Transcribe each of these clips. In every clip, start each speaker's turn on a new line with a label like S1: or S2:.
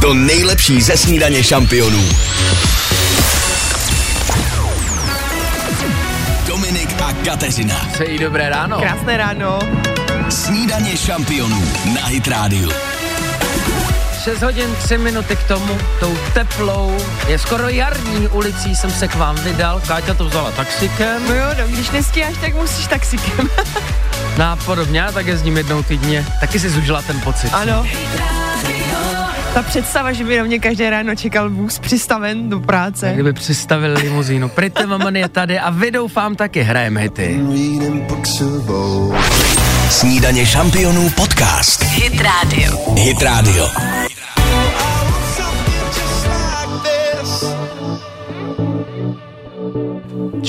S1: To nejlepší ze snídaně šampionů. Dominik a Kateřina.
S2: Přeji dobré ráno.
S3: Krásné ráno.
S1: Snídaně šampionů na Hit Radio.
S2: 6 hodin, 3 minuty k tomu, tou teplou, je skoro jarní ulicí, jsem se k vám vydal. Káťa to vzala taxikem.
S3: No jo, no, když nestíháš, tak musíš taxikem.
S2: No a podobně, já tak jezdím jednou týdně. Taky si zužila ten pocit.
S3: ano. Ta představa, že by na mě každé ráno čekal vůz přistaven do práce.
S2: Kdyby přistavili limuzínu. Pretty Woman je tady a vy doufám taky hrajeme hity.
S1: Snídaně šampionů podcast.
S4: Hit Radio.
S1: Hit Radio.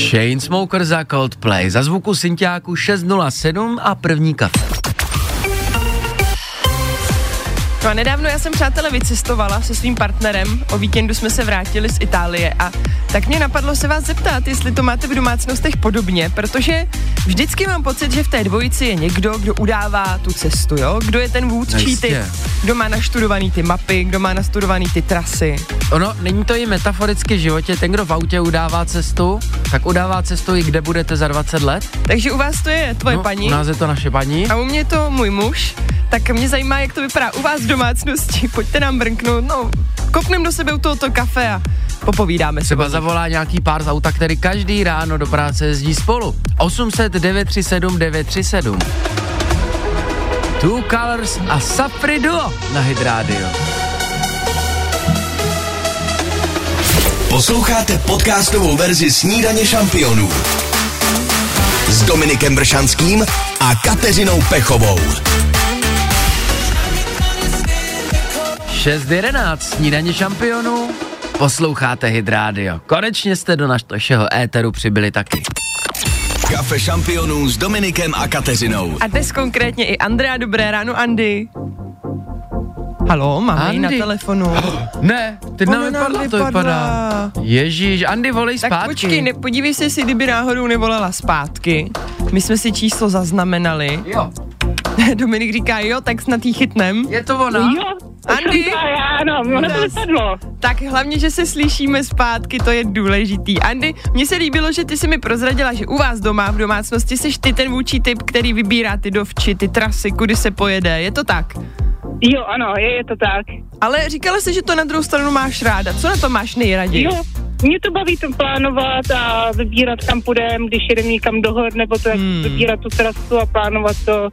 S2: Chainsmoker za Coldplay. Za zvuku syntiáku 607 a první kafe.
S3: No a nedávno já jsem přátelé vycestovala se svým partnerem, o víkendu jsme se vrátili z Itálie a tak mě napadlo se vás zeptat, jestli to máte v domácnostech podobně, protože vždycky mám pocit, že v té dvojici je někdo, kdo udává tu cestu, jo? Kdo je ten vůdčí ty,
S2: Jistě.
S3: kdo má naštudovaný ty mapy, kdo má naštudovaný ty trasy.
S2: Ono, není to i metaforicky v životě, ten, kdo v autě udává cestu, tak udává cestu i kde budete za 20 let.
S3: Takže u vás to je tvoje
S2: No, u
S3: paní
S2: nás je to naše paní.
S3: a u mě to můj muž, tak mě zajímá, jak to vypadá u vás v domácnosti. Pojďte nám brnknout, no, kopnem do sebe u tohoto kafe a popovídáme si.
S2: Třeba zavolá nějaký pár z auta, který každý ráno do práce jezdí spolu. 800 937 937. Two Colors a Safri Duo na Hit Radio.
S1: Posloucháte podcastovou verzi Snídaně šampionů s Dominikem Bršanským a Kateřinou Pechovou.
S2: 6.11, snídaně šampionů, posloucháte Hit Radio. Konečně jste do našeho éteru přibyli taky.
S1: Kafe šampionů s Dominikem a Kateřinou.
S3: A dnes konkrétně i Andrea. Dobré ráno, Andy. Halo, máme ji na
S2: Andy.
S3: telefonu.
S2: Ne, ty
S3: Ona
S2: nám
S3: nám
S2: vypadla, to
S3: vypadla.
S2: vypadá. Ježíš, Andy, volej
S3: Tak
S2: zpátky.
S3: počkej, ne, podívej se, jestli kdyby náhodou nevolala zpátky. My jsme si číslo zaznamenali.
S2: Jo,
S3: Dominik říká, jo, tak snad jí chytnem.
S2: je to ona?
S5: Jo,
S3: Andy?
S5: to já, ano, ono
S3: Nás.
S5: to vypadlo.
S3: Tak hlavně, že se slyšíme zpátky, to je důležitý. Andy, mně se líbilo, že ty jsi mi prozradila, že u vás doma v domácnosti jsi ty ten vůči typ, který vybírá ty dovči, ty trasy, kudy se pojede. Je to tak?
S5: Jo, ano, je, je to tak.
S3: Ale říkala jsi, že to na druhou stranu máš ráda. Co na to máš nejraději?
S5: Jo, No, mě to baví to plánovat a vybírat, kam půjdem, když jedem někam do hor, nebo to, jak
S3: Hmm.
S5: vybírat tu trasu a plánovat to,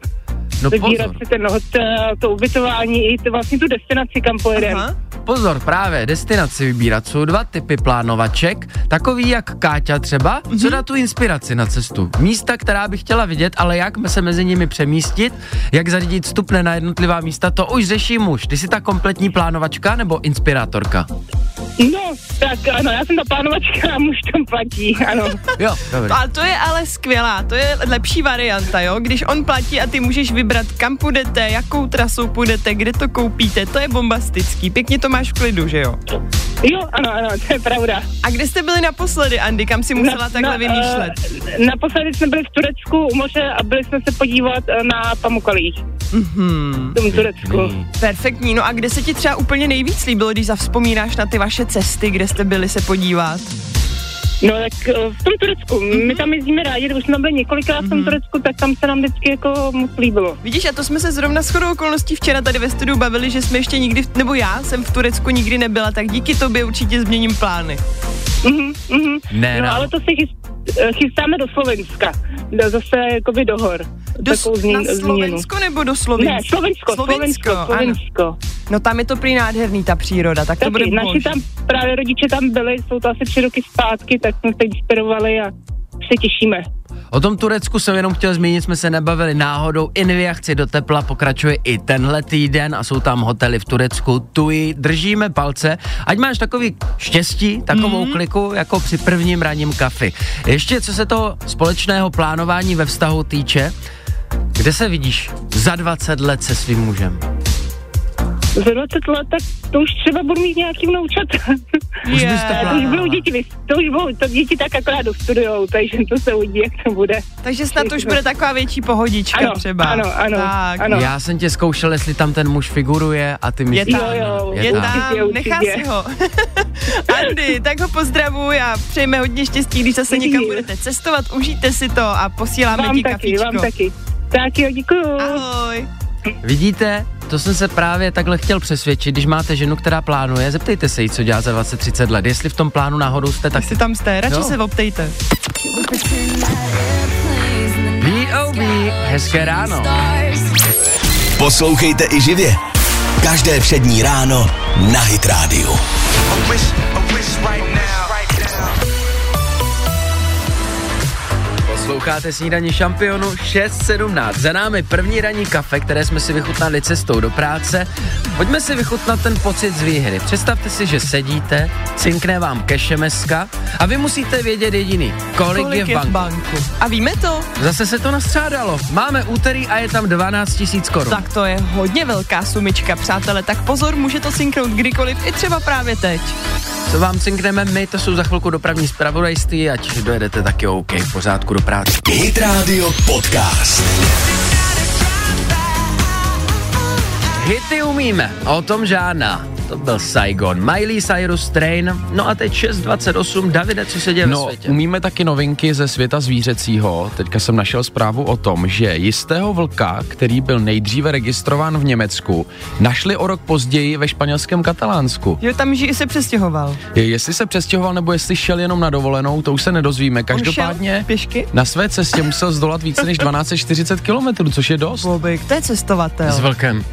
S2: No
S5: vybírat
S2: pozor,
S5: si ten hotel, to ubytování i to, vlastně tu destinaci, kam pojedem.
S3: Aha.
S2: pozor, právě destinaci vybírat jsou dva typy plánovaček, takový jak Káťa třeba,
S3: Mhm.
S2: co dá tu inspiraci na cestu. Místa, která bych chtěla vidět, ale jak se mezi nimi přemístit, jak zařídit vstupné na jednotlivá místa, to už řeší muž. Ty jsi ta kompletní plánovačka nebo inspirátorka?
S5: No, tak ano, já jsem ta plánovačka a muž tam platí, ano.
S2: Jo, dobrý.
S3: A to je ale skvělá, to je lepší varianta, jo? Když on platí a ty můžeš vybrat, kam půjdete, jakou trasou půjdete, kde to koupíte, to je bombastický. Pěkně to máš v klidu, že jo?
S5: Jo, ano, ano, to je pravda.
S3: A kde jste byli naposledy, Andy, kam si musela takhle vymýšlet?
S5: Uh, naposledy jsme byli v Turecku u moře a byli jsme se podívat eh, na Pamukalí.
S3: Mhm.
S5: Mm-hmm. V tom Turecku.
S3: Perfektní, no a kde se ti třeba úplně nejvíc líbilo, když zavzpomínáš na ty vaše cesty, kde jste byli se podívat?
S5: No tak eh, v tom Turecku,
S3: Mhm.
S5: my tam jezdíme rádi, už jsme tam byli několikrát v tom Turecku, tak tam se nám vždycky jako moc líbilo.
S3: Vidíš, a to jsme se zrovna shodou okolností včera tady ve studiu bavili, že jsme ještě nikdy, v- nebo já jsem v Turecku nikdy nebyla, tak díky tobě určitě změním plány.
S5: Mm-hmm, mm-hmm.
S2: Ne,
S5: no,
S2: no.
S5: ale to si chyst, eh, chystáme do Slovenska, do, zase jakoby do hor.
S3: Do,
S5: Takovou
S3: s- na Slovensko nebo do Slovenska?
S5: Ne, Slovensko, Slovensko,
S3: Slovensko, ano.
S5: Slovensko.
S3: No tam je to prý nádherný, ta příroda, tak to bude
S5: Taky, naši
S3: bož.
S5: tam, právě rodiče tam byli, jsou to asi tři roky zpátky, tak jsme se inspirovali a už se těšíme.
S2: O tom Turecku jsem jenom chtěl zmínit, jsme se nebavili náhodou. Inviachci do tepla pokračuje i tenhle týden a jsou tam hotely v Turecku. Tuji, držíme palce. Ať máš takový štěstí, takovou
S3: Mhm.
S2: mm. kliku, jako při prvním ranním kafi. Ještě co se toho společného plánování ve vztahu týče, kde se vidíš za 20 let se svým mužem?
S5: Za 20 let, tak to už třeba budu mít nějaký vnoučata.
S2: Už bys to
S5: to už
S2: plánovala.
S5: budou děti, vys- to už budou, to děti tak akorát dostudujou, takže to se uvidí, jak to bude.
S3: Takže snad už bude taková větší pohodička
S5: Ano,
S3: třeba.
S5: ano, ano,
S3: tak.
S5: ano.
S2: Já jsem tě zkoušel, jestli tam ten muž figuruje a ty myslíš,
S3: tam,
S5: jo,
S3: Je
S5: Určitě,
S3: tam,
S5: určitě.
S3: nechá si ho. Andy, tak ho pozdravuji a přejeme hodně štěstí, když zase někam budete cestovat, užijte si to a posíláme
S5: Vám
S3: ti
S5: taky,
S3: kafičko.
S5: vám taky. Tak jo, děkuju.
S3: Ahoj.
S2: Vidíte, to jsem se právě takhle chtěl přesvědčit, když máte ženu, která plánuje, zeptejte se jí, co dělá za 20-30 let, jestli v tom plánu náhodou jste tak
S3: Tak si tam jste, radši
S2: Jo.
S3: se optejte.
S2: B.O.B. Hezké ráno.
S1: Poslouchejte i živě. Každé přední ráno na Hit Radio.
S2: Posloucháte snídaní šampionu 6.17. Za námi první ranní kafe, které jsme si vychutnali cestou do práce. Pojďme si vychutnat ten pocit z výhry. Představte si, že sedíte, cinkne vám kešemeska a vy musíte vědět jediný, kolik,
S3: Kolik je v
S2: banku.
S3: banku? A víme to?
S2: Zase se to nastřádalo. Máme úterý a je tam 12 000 korun.
S3: Tak to je hodně velká sumička, přátelé, tak pozor, může to synknout kdykoliv, i třeba právě teď.
S2: Co vám cinkneme my, to jsou za chvilku dopravní zpravodajství, ať dojedete taky OK, v pořádku do práce.
S1: Hit Radio Podcast.
S2: Hity umíme, o tom žádná. To byl Saigon, Miley Cyrus Train, no a teď 6.28, Davide, co se děje ve
S4: No,
S2: světě?
S4: umíme taky novinky ze světa zvířecího. Teďka jsem našel zprávu o tom, že jistého vlka, který byl nejdříve registrován v Německu, našli o rok později ve španělském Katalánsku.
S3: Jo, tam žij se přestěhoval.
S4: Je- Jestli se přestěhoval nebo jestli šel jenom na dovolenou, to už se nedozvíme.
S3: On šel
S4: Každopádně
S3: pěšky?
S4: na své cestě musel zdolat více než 1240 km, což je dost.
S3: Bobik, to je cestovatel.
S2: S vlkem.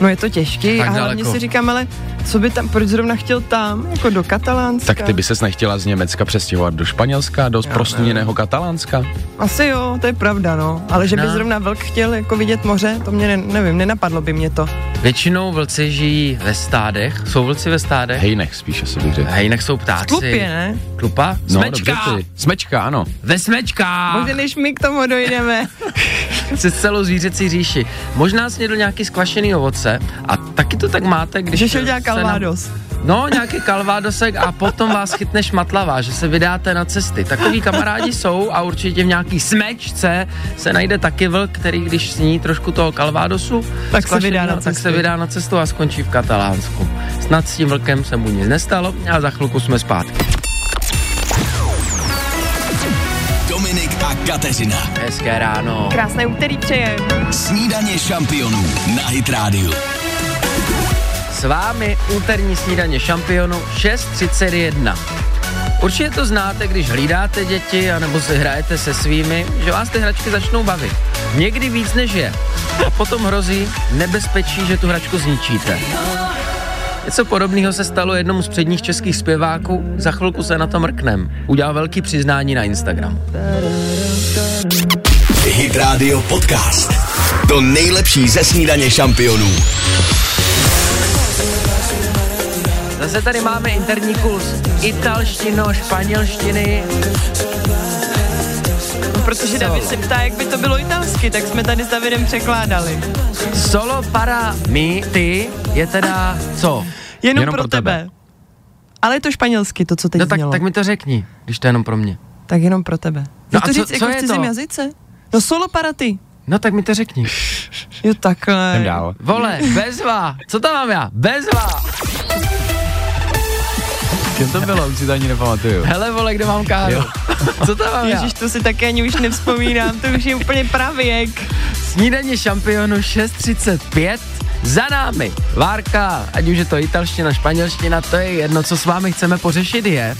S3: No je to těžký
S2: Tak
S3: a hlavně
S2: daleko.
S3: si říkám, ale co by tam, proč zrovna chtěl tam, jako do Katalánska?
S4: Tak ty by ses nechtěla z Německa přestěhovat do Španělska, do prosluněného Katalánska?
S3: Asi jo, to je pravda, no. Ale že by
S2: Možná.
S3: zrovna vlk chtěl jako vidět moře, to mě ne, nevím, nenapadlo by mě to.
S2: Většinou vlci žijí ve stádech, jsou vlci ve stádech?
S4: Hejnech spíše se bych řekl.
S2: A jinak jsou ptáci.
S3: Klupě, ne?
S2: Klupa?
S4: No,
S2: smečka!
S4: dobře ty. Smečka, ano.
S2: Ve smečka!
S3: Možná než my k tomu dojdeme.
S2: Přes celou zvířecí říši. Možná snědl nějaký skvašený ovoce a taky to tak máte, když...
S3: Že šel
S2: se
S3: dělat
S2: na-
S3: Calvados.
S2: No, nějaký kalvádosek a potom vás chytne šmatlavá, že se vydáte na cesty. Takový kamarádi jsou a určitě v nějaký smečce se najde taky vlk, který když sní trošku toho kalvádosu,
S3: Tak se
S2: skvašeného,
S3: vydá na
S2: tak
S3: cestu.
S2: se vydá na cestu a skončí v Katalánsku. Snad s tím vlkem se mu nic nestalo a za chvilku jsme zpátky.
S1: Dominik a Kateřina.
S2: Hezké ráno.
S3: Krásné úterý přeje.
S1: Snídaně šampionů na Hit Radio.
S2: S vámi úterní snídaně šampionu 6.31. Určitě to znáte, když hlídáte děti anebo si hrajete se svými, že vás ty hračky začnou bavit. Někdy víc než je. A potom hrozí nebezpečí, že tu hračku zničíte. Něco podobného se stalo jednomu z předních českých zpěváků, za chvilku se na to mrknem. Udělal velký přiznání na Instagramu.
S1: Hit Radio Podcast. To nejlepší ze snídaně šampionů.
S2: Zase tady máme interní kurz italštino, španělštiny, No,
S3: Protože David se ptá, jak by to bylo italsky, tak jsme tady s Davidem překládali.
S2: Solo para mi, ty, je teda co?
S3: Jenom,
S4: Jenom
S3: pro
S4: pro
S3: tebe. Ale je to španělsky, to, co teď
S2: No tak,
S3: znělo.
S2: tak mi to řekni, když to je jenom pro mě.
S3: tak jenom pro tebe.
S2: No
S3: No
S2: a
S3: to
S2: co-
S3: říct
S2: co
S3: jako
S2: je
S3: v cizím
S2: to?
S3: jazyce? No solo para ty.
S2: No tak mi to řekni.
S3: Jo takhle.
S4: Jdem dál.
S2: Vole, bezva, co tam mám já? Bezva.
S4: Čem to bylo, už si to ani nepamatuju.
S2: Hele vole, kde mám káru? Co tam mám já?
S3: Ježíš, to si také ani už nevzpomínám, to už je úplně pravěk.
S2: Snídaně šampionu 6.35. za námi. Várka, ať už je to italština, španělština, to je jedno, co s vámi chceme pořešit je,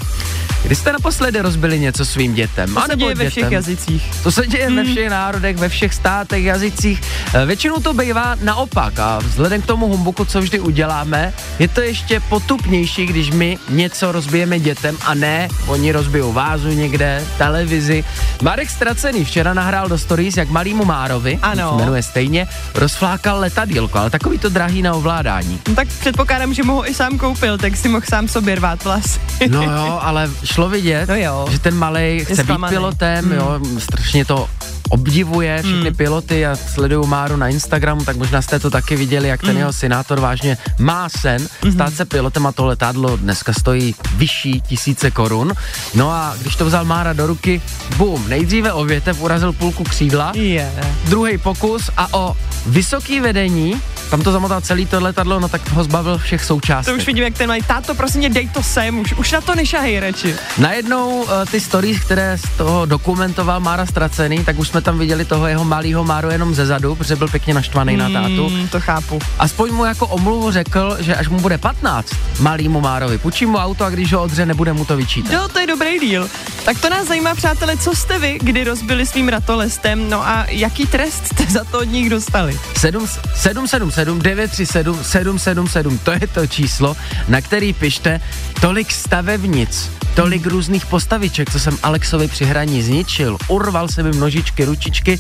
S2: kdy jste naposledy rozbili něco svým dětem.
S3: To se
S2: anebo
S3: děje ve všech
S2: dětem.
S3: jazycích.
S2: To se děje ve všech národech, ve všech státech, jazycích. Eh, Většinou to bývá naopak a vzhledem k tomu humbuku, co vždy uděláme, je to ještě potupnější, když my něco rozbijeme dětem a ne, oni rozbijou vázu někde, televizi. Marek Stracený včera nahrál do stories, jak malýmu Márovi,
S3: Ano.
S2: se jmenuje stejně, rozflákal letadílko, ale takový to drahý na ovládání.
S3: No, tak předpokládám, že mu ho i sám koupil, tak si mohl sám sobě rvát vlasy.
S2: No jo, ale šlo vidět,
S3: No jo.
S2: že ten malej chce být
S3: zklamaný. Hmm.
S2: pilotem, jo, strašně to obdivuje všechny piloty a sleduju Máru na Instagramu, tak možná jste to taky viděli, jak ten
S3: Hmm.
S2: jeho synátor vážně má sen stát se pilotem a to letadlo dneska stojí vyšší tisíce korun. No a když to vzal Mára do ruky, bum, nejdříve o větev urazil půlku křídla,
S3: Je.
S2: druhý pokus a o vysoký vedení, tam to zamotal celý to letadlo, no tak ho zbavil všech součástí.
S3: To už vidím, jak ten mají. Táto, prosím mě, dej to sem, už, už na to nešahej radši.
S2: Najednou eh, ty stories, které z toho dokumentoval Mára Stracený, tak už jsme tam viděli toho jeho malého Máru jenom ze zadu, protože byl pěkně naštvaný na tátu.
S3: Mm, to chápu.
S2: Aspoň mu jako omluvu řekl, že až mu bude 15, malýmu Márovi, půjčím mu auto a když ho odře, nebude mu to vyčítat.
S3: Jo, to je dobrý díl. Tak to nás zajímá, přátelé, co jste vy, kdy rozbili svým ratolestem, no a jaký trest jste za to od nich dostali?
S2: 7, 777 937 777, to je to číslo, na který pište tolik stavebnic, tolik různých postaviček, co jsem Alexovi při hraní zničil, urval se mi nožičky, ručičky,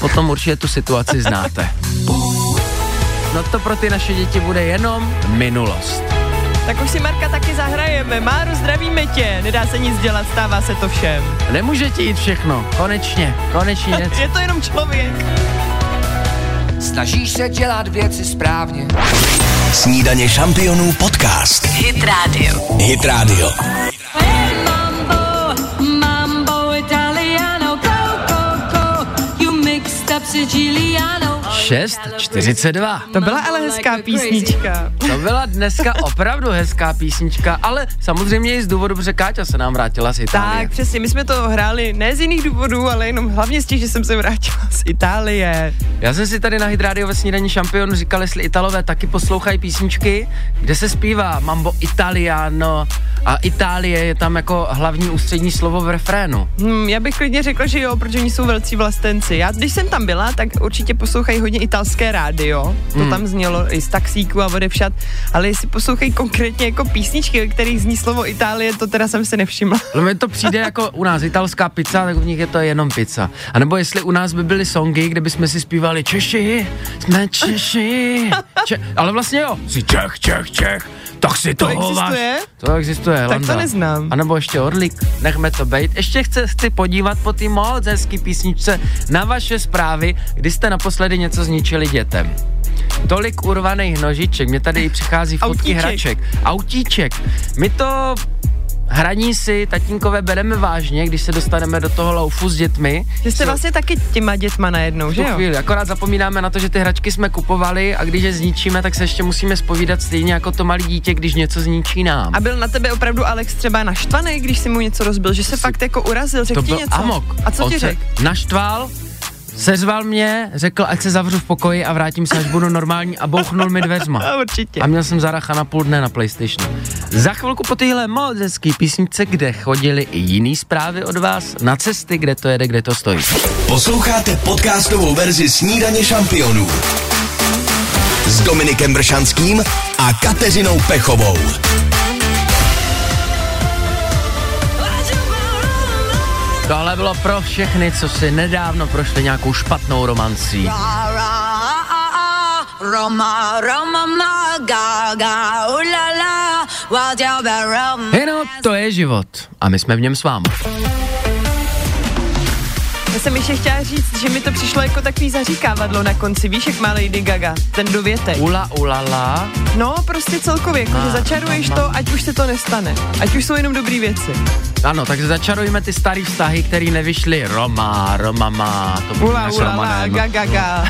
S2: potom určitě tu situaci znáte. No to pro ty naše děti bude jenom minulost.
S3: Tak už si Marka taky zahrajeme. Máro, zdravíme tě, nedá se nic dělat, stává se to všem.
S2: Nemůže ti jít všechno, konečně, konečně něco.
S3: Je to jenom člověk.
S6: Snažíš se dělat věci správně.
S1: Snídaně šampionů podcast.
S7: Hit Radio.
S1: Hit Radio.
S7: Siciliano.
S2: 6.42.
S3: To byla ale hezká písnička.
S2: To byla dneska opravdu hezká písnička, ale samozřejmě i z důvodu, že Káťa se nám vrátila z Itálie.
S3: Tak, přesně, my jsme to hráli ne z jiných důvodů, ale jenom hlavně z těch, že jsem se vrátila z Itálie.
S2: Já jsem si tady na Hydrádio ve snídaní šampion říkal, jestli Italové taky poslouchají písničky, kde se zpívá Mambo Italiano a Itálie je tam jako hlavní ústřední slovo v refrénu.
S3: Hmm, já bych klidně řekla, že jo, protože oni jsou velcí vlastenci. Já, když jsem tam byla, tak určitě poslouchají hodně italské rádio, to
S2: Hmm.
S3: tam znělo i z taxíku a odevšad, ale jestli poslouchají konkrétně jako písničky, ve kterých zní slovo Itálie, to teda jsem si nevšimla.
S2: Ale Mně to přijde jako u nás italská pizza, tak u nich je to jenom pizza. A nebo jestli u nás by byly songy, kde bychom si zpívali Češi, jsme Češi. Če- ale vlastně jo, jsi Čech, Čech, Čech, tak si to
S3: existuje?
S2: To existuje,
S3: to
S2: Landa.
S3: neznám.
S2: A nebo ještě Orlik, nechme to být. Ještě chce, chci podívat po té moc hezký písničce na vaše zprávy, kdy jste naposledy něco zničili dětem. Tolik urvaných nožiček, mě tady i přichází fotky
S3: Autíček.
S2: hraček. Autíček. My to hraní si, tatínkové, bereme vážně, když se dostaneme do toho loufu s dětmi.
S3: Že jste vlastně taky těma dětma najednou,
S2: V
S3: že
S2: tu
S3: jo?
S2: chvíli. Akorát zapomínáme na to, že ty hračky jsme kupovali a když je zničíme, tak se ještě musíme spovídat stejně jako to malé dítě, když něco zničí nám.
S3: A byl na tebe opravdu Alex třeba naštvaný, když si mu něco rozbil, že se fakt jako urazil, řekl
S2: to
S3: ti
S2: byl
S3: něco.
S2: amok.
S3: A co
S2: On
S3: ti
S2: se
S3: řekl?
S2: Naštval, seřval mě, řekl, ať se zavřu v pokoji a vrátím se, až budu normální a bouchnul mi dveřma.
S3: A určitě.
S2: A měl jsem zaracha na půl dne na Playstationu. Za chvilku po téhle moc hezký písničce, kde chodili i jiný zprávy od vás, na cesty, kde to jede, kde to stojí.
S1: Posloucháte podcastovou verzi Snídaně šampionů s Dominikem Bršanským a Kateřinou Pechovou.
S2: Tohle bylo pro všechny, co si nedávno prošli nějakou špatnou romancí.
S7: Ah, Roma, Roma, ma, ga, ga, ooh la la, what you be Roma.
S2: Jenom to je život. A my jsme v něm s vámi.
S3: Já jsem ještě chtěla říct, že mi to přišlo jako takový zaříkávadlo na konci, víš, jak má Lady Gaga, ten dovětek.
S2: Ula, ulala.
S3: No, prostě celkově, jako,
S4: No,
S3: že začaruješ to, ať už se to nestane. Ať už jsou jenom dobrý věci.
S2: Ano, takže začarujme ty starý vztahy, které nevyšly. Roma, Romama, to bude s
S3: Ula,
S4: no.
S3: ula, la,
S2: Romanem.
S3: ga, ga, ga.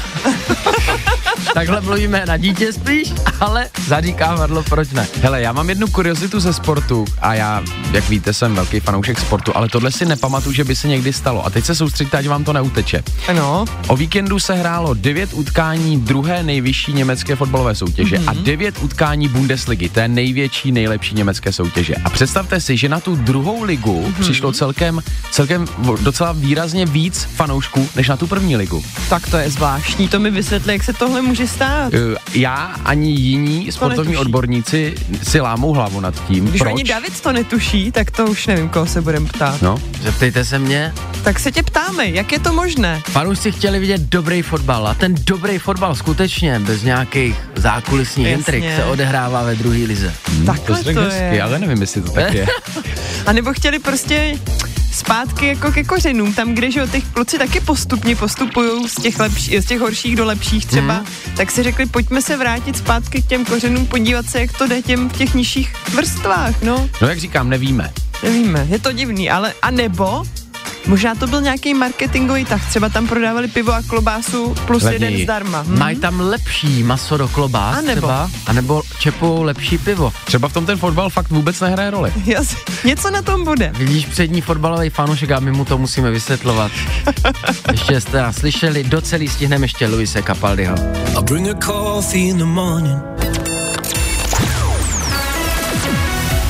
S2: Takhle mluvíme na dítě spíš, ale zaříká Marlo, proč ne?
S4: Hele, já mám jednu kuriozitu ze sportu a já, jak víte, jsem velký fanoušek sportu, ale tohle si nepamatuju, že by se někdy stalo. A teď se soustředíte, ať vám to neuteče.
S3: Ano.
S4: O víkendu se hrálo devět utkání druhé nejvyšší německé fotbalové soutěže mm-hmm. a
S3: Mhm.
S4: devět utkání Bundesligy, té největší, nejlepší německé soutěže. A představte si, že na tu druhou ligu
S3: Mhm.
S4: mm-hmm. přišlo celkem, celkem vo- docela výrazně víc fanoušků než na tu první ligu.
S3: Tak to je zvláštní, to mi vysvětli, jak se tohle může stát.
S4: Eh, Já ani jiní sportovní
S3: netuší.
S4: odborníci si lámou hlavu nad tím,
S3: Když
S4: proč.
S3: ani David to netuší, tak to už nevím, koho se budeme ptát.
S4: No,
S2: Zeptejte se mě.
S3: Tak se tě ptáme, jak je to možné?
S4: Hmm,
S2: Fanoušci chtěli vidět dobrý fotbal a ten dobrý fotbal skutečně bez nějakých zákulisních
S3: Jasně.
S2: intrik se odehrává ve druhé lize.
S3: Hmm, Takhle to,
S4: tak
S3: to
S4: hezky,
S3: je.
S4: ale nevím, jestli to tak je.
S3: A nebo chtěli prostě zpátky jako ke kořenům, tam, kde že jo, těch kluci taky postupně postupují z těch, lepší, z těch horších do lepších třeba, tak si řekli, pojďme se vrátit zpátky k těm kořenům, podívat se, jak to jde těm v těch nižších vrstvách, no,
S4: No jak říkám, nevíme.
S3: nevíme, je to divný, ale a nebo Možná to byl nějaký marketingový tah, třeba tam prodávali pivo a klobásu plus
S4: Levněji.
S3: jeden zdarma. Hm?
S2: Hmm. Mají tam lepší maso do klobás
S3: Mhm. A nebo?
S2: třeba, anebo čepou lepší pivo.
S4: Třeba v tom ten fotbal fakt vůbec nehraje roli.
S3: Jas, něco na tom bude.
S2: Vidíš přední fotbalový fanoušek a my mu to musíme vysvětlovat. ještě jste nás slyšeli, do celý stihneme ještě Luise Capaldiho.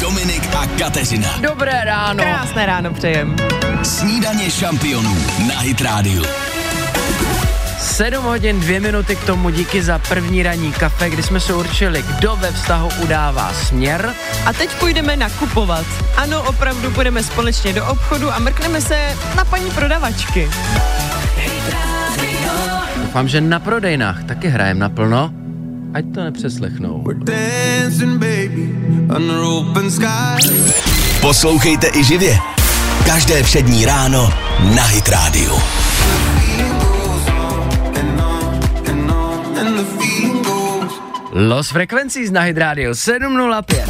S1: Dominik a Kateřina.
S2: Dobré ráno.
S3: Krásné ráno přejem.
S1: Snídaně šampionů na Hit Radio.
S2: 7 hodin, 2 minuty k tomu díky za první ranní kafe, kdy jsme se určili, kdo ve vztahu udává směr.
S3: A teď půjdeme nakupovat. Ano, opravdu půjdeme společně do obchodu a mrkneme se na paní prodavačky.
S2: Doufám, že na prodejnách taky hrajem naplno. Ať to nepřeslechnou.
S1: Poslouchejte i živě. Každé přední ráno na Hit Radio.
S2: Los Frequencies na Hydrádio 705.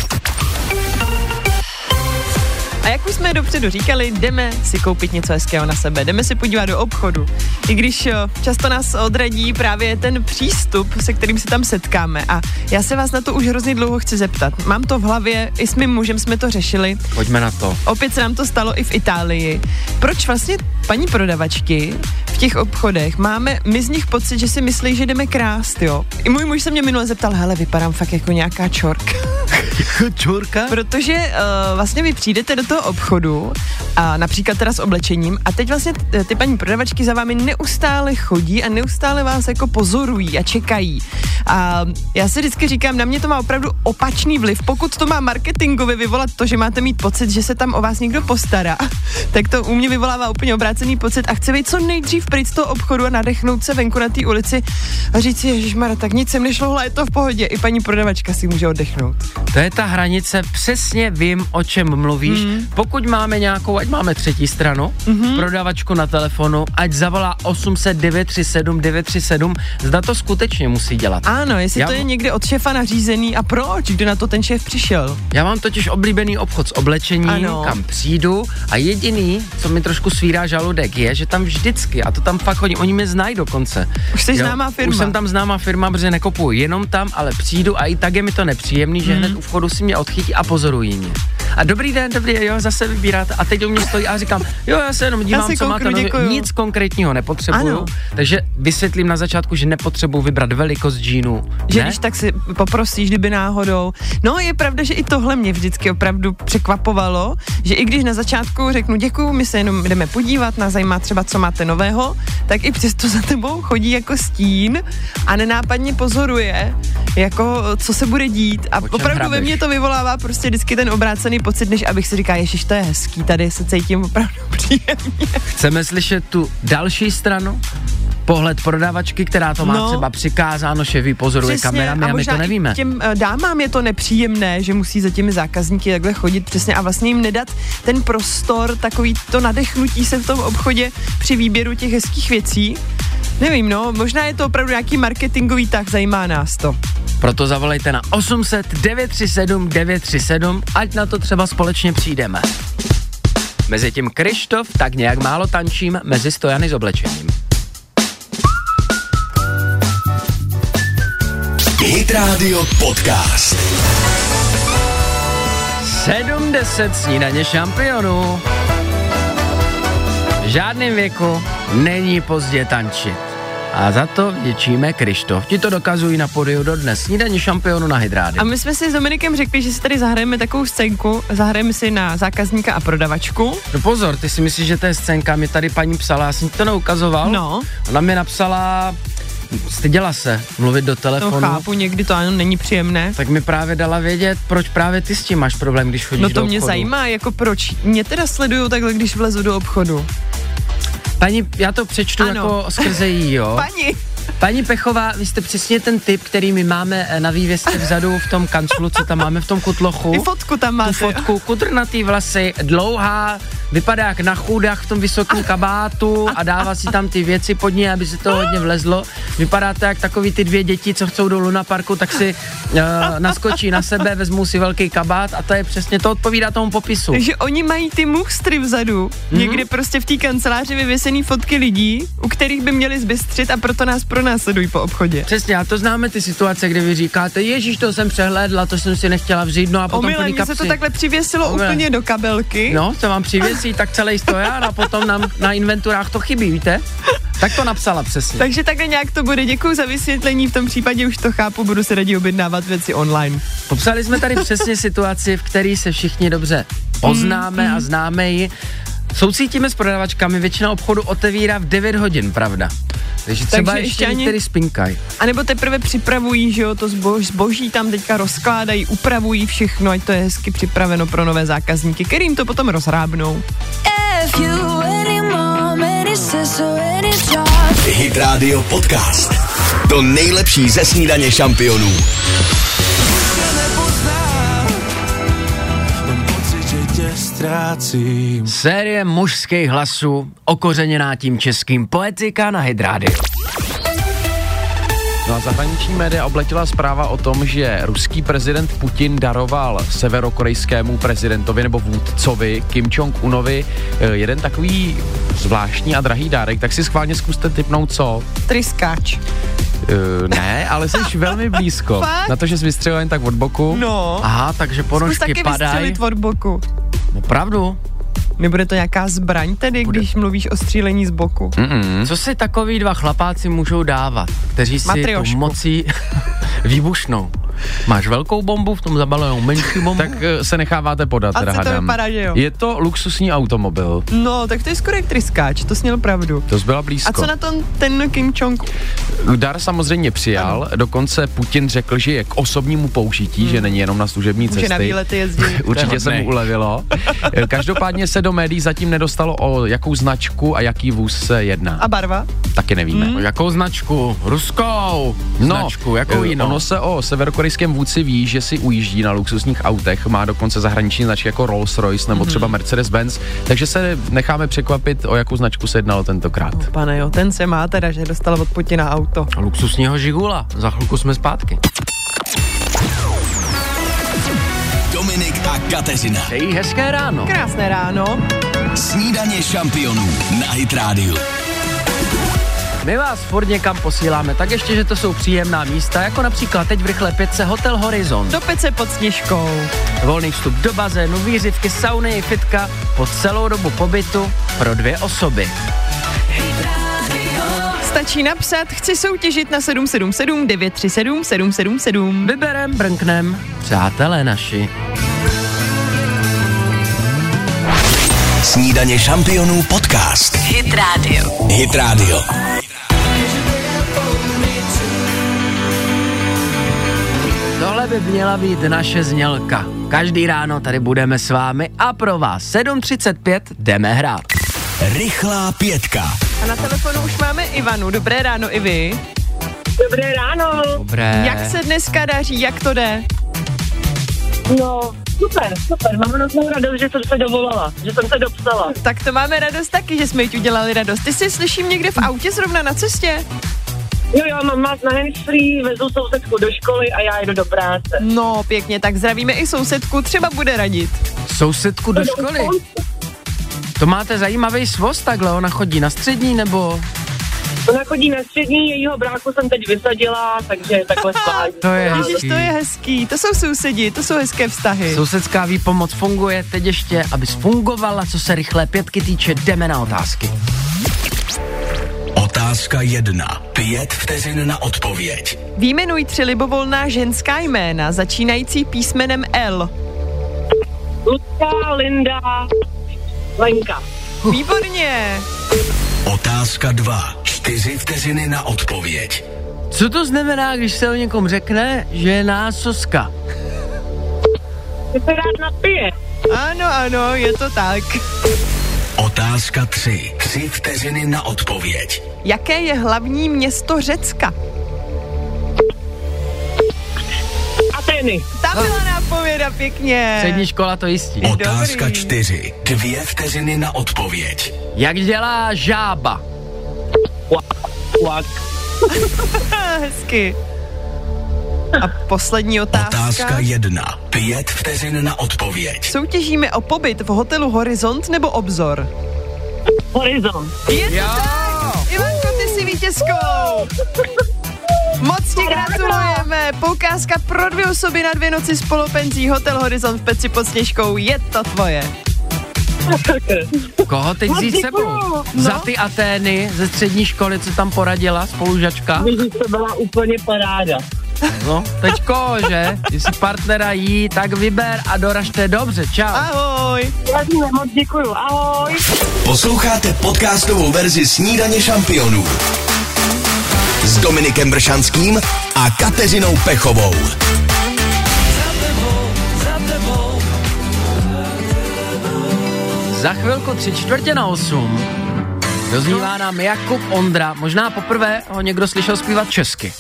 S3: A jak už jsme dopředu říkali, jdeme si koupit něco hezkého na sebe, jdeme si podívat do obchodu. I když jo, často nás odradí právě ten přístup, se kterým se tam setkáme. A já se vás na to už hrozně dlouho chci zeptat. Mám to v hlavě, i s mým mužem jsme to řešili.
S2: Pojďme na to.
S3: Opět se nám to stalo i v Itálii. Proč vlastně paní prodavačky v těch obchodech máme my z nich pocit, že si myslí, že jdeme krást, jo? I můj muž se mě minule zeptal, hele, vypadám fakt jako nějaká čorka.
S2: Čurka?
S3: Protože uh, vlastně vy přijdete do toho obchodu, a například teda s oblečením, a teď vlastně t- ty paní prodavačky za vámi neustále chodí a neustále vás jako pozorují a čekají. A já si vždycky říkám, na mě to má opravdu opačný vliv. Pokud to má marketingově vyvolat to, že máte mít pocit, že se tam o vás někdo postará, tak to u mě vyvolává úplně obrácený pocit a chce být co nejdřív pryč z toho obchodu a nadechnout se venku na té ulici a říct si, ježišmara, tak nic sem nešlo, hle, je to v pohodě. I paní prodavačka si může oddechnout.
S2: To je ta hranice, přesně vím, o čem mluvíš. Mm. Pokud máme nějakou, ať máme třetí stranu, mm-hmm. prodavačku na telefonu, ať zavolá 800 937 937, zda to skutečně musí dělat.
S3: Ano, jestli
S2: Já
S3: to je
S2: m-
S3: někde od šéfa nařízený a proč, kdy na to ten šéf přišel.
S2: Já mám totiž oblíbený obchod s oblečením,
S3: Ano.
S2: kam přijdu a jediný, co mi trošku svírá žaludek, je, že tam vždycky, a to tam fakt chodí, oni mě znají dokonce.
S3: Už jsi známá firma.
S2: Už jsem tam známá firma, protože nekopuju jenom tam, ale přijdu a i tak je mi to nepříjemný, že
S3: Mhm.
S2: hned u vchodu si mě odchytí a pozorují mě. A dobrý den, dobrý, jo, zase vybíráte. A teď u mě stojí a říkám, jo, já se jenom dívám,
S3: se
S2: co
S3: kouknu,
S2: máte. nově.
S3: děkuju.
S2: Nic konkrétního nepotřebuju.
S3: Ano.
S2: Takže vysvětlím na začátku, že nepotřebuju vybrat velikost džínu.
S3: Že
S2: ne?
S3: když tak si poprosíš, kdyby náhodou. No, je pravda, že i tohle mě vždycky opravdu překvapovalo, že i když na začátku řeknu děkuju, my se jenom jdeme podívat, nás zajímá třeba, co máte nového, tak i přesto za tebou chodí jako stín a nenápadně pozoruje, jako co se bude dít. A
S2: čem
S3: opravdu ve
S2: hrabeš?
S3: mně to vyvolává prostě vždycky ten obrácený pocit, než abych si říkal, ježiš, to je hezký, tady se cítím opravdu příjemně.
S2: Chceme slyšet tu další stranu? Pohled prodavačky, která to má
S3: No.
S2: no. třeba přikázáno, že vypozoruje
S3: Přesně,
S2: kamerami a, my to
S3: i
S2: nevíme.
S3: Těm eh, dámám je to nepříjemné, že musí za těmi zákazníky takhle chodit přesně a vlastně jim nedat ten prostor, takový to nadechnutí se v tom obchodě při výběru těch hezkých věcí. Nevím, no, možná je to opravdu nějaký marketingový tah, zajímá nás to.
S2: Proto zavolejte na 800 937 937, ať na to třeba společně přijdeme. Mezitím Krištof tak nějak málo tančím mezi stojany s oblečením.
S1: Hit Radio Podcast.
S2: 70 snídaně šampionů. V žádném věku není pozdě tančit. A za to vděčíme Krištof. Ti to dokazují na podiu dodnes. Snídaně šampionu na Hydrády.
S3: A my jsme si s Dominikem řekli, že si tady zahrajeme takovou scénku, zahrajeme si na zákazníka a prodavačku.
S2: No pozor, ty si myslíš, že to je scénka, mě tady paní psala, já jsem ti to neukazoval.
S3: No.
S2: Ona mi napsala, styděla se mluvit do
S3: To
S2: telefonu.
S3: chápu, někdy to ano, není příjemné.
S2: Tak mi právě dala vědět, proč právě ty s tím máš problém, když chodíš
S3: No
S2: do
S3: to mě
S2: obchodu.
S3: zajímá, jako proč mě teda sledují takhle, když vlezu do obchodu.
S2: Paní, já to přečtu
S3: Ano.
S2: jako skrze jí, jo.
S3: Pani,
S2: Paní Pechová, vy jste přesně ten typ, který my máme eh, na vývěsce vzadu v tom kanclu, co tam máme v tom
S3: i
S2: kutlochu.
S3: fotku tam máte.
S2: tu fotku, kudrnatý vlasy, dlouhá, vypadá jak na chudách v tom vysokém kabátu a dává si tam ty věci pod ní, aby se to hodně vlezlo. Vypadá to jak takový ty dvě děti, co chcou do Luna Parku, tak si uh, naskočí na sebe, vezmou si velký kabát a to je přesně, to odpovídá tomu popisu.
S3: Takže oni mají ty muchstry vzadu.
S2: Mhm.
S3: Mm-hmm. Někde prostě v té kanceláři vyvěsený fotky lidí, u kterých by měli zbystřit a proto nás pronásledují po obchodě.
S2: Přesně, a to známe ty situace, kdy vy říkáte, ježíš, to jsem přehlédla, to jsem si nechtěla vzít, no a potom
S3: Omylem,
S2: plný
S3: mně se
S2: kapsy.
S3: to takhle přivěsilo
S2: Omylem.
S3: úplně do kabelky.
S2: No, co vám přivěsí, tak celý stojan a potom nám na inventurách to chybí, víte? Tak to napsala přesně.
S3: Takže takhle nějak to bude. Děkuji za vysvětlení, v tom případě už to chápu, budu se raději objednávat věci online.
S2: Popsali jsme tady přesně situaci, v které se všichni dobře
S3: Mm,
S2: poznáme a známe ji. Soucítíme s prodavačkami, většina obchodu otevírá v 9 hodin, pravda? Takže třeba
S3: Takže
S2: ještě,
S3: ještě
S2: ještě
S3: ani-
S2: ani... některý spinkají.
S3: A nebo teprve připravují, že jo, to zbož, zboží tam teďka rozkládají, upravují všechno, ať to je hezky připraveno pro nové zákazníky, kterým to potom rozhrábnou.
S7: If you any mom, any sister, any child.
S1: Hit Radio Podcast. To nejlepší ze snídaně šampionů.
S2: Série mužských hlasů, okořeněná tím českým poetika na Hydrády.
S4: No a zahraniční média obletěla zpráva o tom, že ruský prezident Putin daroval severokorejskému prezidentovi nebo vůdcovi Kim Jong-unovi eh, jeden takový zvláštní a drahý dárek, tak si schválně zkuste typnout co.
S3: Tryskáč.
S4: Eh, ne, ale jsi velmi blízko.
S3: Fakt?
S4: Na to, že jsi vystřelil jen tak od boku.
S3: No.
S2: Aha, takže
S3: Zkus
S2: ponožky
S3: taky
S2: padají.
S3: vystřelit od boku.
S2: Opravdu?
S3: Nebude to nějaká zbraň tedy, Bude. když mluvíš o střílení z boku?
S4: Mm-mm.
S2: Co si takový dva chlapáci můžou dávat, kteří si
S3: Matriošku.
S2: tu mocí výbušnou? Máš velkou bombu, v tom zabalujou menší bombu.
S4: Tak eh, se necháváte podat,
S3: A
S4: teda
S3: co to
S4: hadám.
S3: vypadá, že jo?
S4: Je to luxusní automobil.
S3: No, tak to je skoro jak tryskáč, to sněl pravdu.
S4: To byla
S3: A
S4: blízko.
S3: co na tom ten Kim Jong?
S4: Dar samozřejmě přijal, ano. dokonce Putin řekl, že je k osobnímu použití, hmm. že není jenom na služební
S3: Může
S4: cesty.
S3: na výlety jezdit.
S4: Určitě se mu ulevilo. Každopádně se do médií zatím nedostalo o jakou značku a jaký vůz se jedná.
S3: A barva?
S4: Taky nevíme.
S2: No, Jakou značku? Ruskou značku, jakou
S4: eh,
S2: jinou?
S4: Ono se o severokorejském vůdci ví, že si ujíždí na luxusních autech, má dokonce zahraniční značky jako Rolls-Royce nebo třeba Mercedes-Benz, takže se necháme překvapit, o jakou značku se jednalo tentokrát.
S3: Pane jo, ten se má teda, že dostal od Putina auto.
S2: Luxusního žigula, za chvilku jsme zpátky.
S1: Dominik a Kateřina.
S2: Přeji hezké ráno.
S3: Krásné ráno.
S1: Snídaně šampionů na Hit Radio.
S2: My vás furt někam posíláme, tak ještě, že to jsou příjemná místa, jako například teď v rychle pětce Hotel Horizon.
S3: Do pece pod sněžkou.
S2: Volný vstup do bazénu, výřivky, sauny i fitka po celou dobu pobytu pro dvě osoby.
S3: Stačí napsat, chci soutěžit na 777 937 777.
S2: Vyberem, brnknem, přátelé naši.
S1: Snídaně šampionů podcast. Hit Radio. Hit Radio.
S2: Tohle by měla být naše znělka. Každý ráno tady budeme s vámi a pro vás 7.35 jdeme hrát.
S1: Rychlá pětka.
S3: A na telefonu už máme Ivanu. Dobré ráno, Ivi.
S5: Dobré ráno.
S2: Dobré.
S3: Jak se dneska daří, jak to jde?
S5: No, super, super. Mám hroznou radost, že jsem se dovolala, že jsem se dopsala.
S3: Tak to máme radost taky, že jsme jí udělali radost. Ty si slyším někde v autě zrovna na cestě?
S5: Jo, jo, mám vás na handsfree, vezu sousedku do školy a já jdu do práce.
S3: No, pěkně, tak zdravíme i sousedku, třeba bude radit.
S2: Sousedku do školy. To máte zajímavý svoz takhle, ona chodí na střední nebo...
S5: Ona chodí na střední, jejího bráku jsem teď vysadila, takže takhle svádí.
S2: To je
S3: Ježiš,
S2: hezký.
S3: to je hezký, to jsou sousedi, to jsou hezké vztahy.
S2: Sousedská výpomoc funguje teď ještě, aby fungovala, co se rychlé pětky týče, jdeme na otázky.
S1: Otázka jedna. Pět vteřin na odpověď.
S3: Výjmenuj tři libovolná ženská jména, začínající písmenem L.
S5: Lucka, Linda, Lenka.
S3: Výborně.
S1: Otázka dva. Čtyři vteřiny na odpověď.
S2: Co to znamená, když se o někom řekne, že je násoska?
S5: Ty se rád napije.
S3: Ano, ano, je to tak.
S1: Otázka tři. Tři vteřiny na odpověď.
S3: Jaké je hlavní město Řecka?
S5: Ateny.
S3: Tam byla nápověda pěkně.
S2: Střední škola to jistí.
S1: Otázka
S3: dobrý.
S1: čtyři. Dvě vteřiny na odpověď.
S2: Jak dělá žába?
S5: Lak.
S3: Ah, Hezky. A poslední otázka.
S1: Otázka jedna. Pět vteřin na odpověď.
S3: Soutěžíme o pobyt v hotelu Horizont nebo Obzor?
S5: Horizont.
S3: Je to tak! Ivanko, ty jsi vítězkou! Moc ti gratulujeme! Poukázka pro dvě osoby na dvě noci s polopenzí Hotel Horizont v Peci pod Sněžkou. Je to tvoje.
S2: Koho teď vzít s sebou?
S5: děkuju.
S2: Za ty Atény ze střední školy, co tam poradila spolužačka?
S5: Ježíš, to byla úplně paráda.
S2: No, teď koho, že? Jestli partnera jí, tak vyber a doražte dobře, čau.
S3: Ahoj!
S5: Jasně, moc děkuju. Ahoj.
S1: Posloucháte podcastovou verzi Snídaně šampionů s Dominikem Bršanským a Kateřinou Pechovou.
S2: Za chvilku tři čtvrtě na osm doznívá nám Jakub Ondra. Možná poprvé ho někdo slyšel zpívat česky.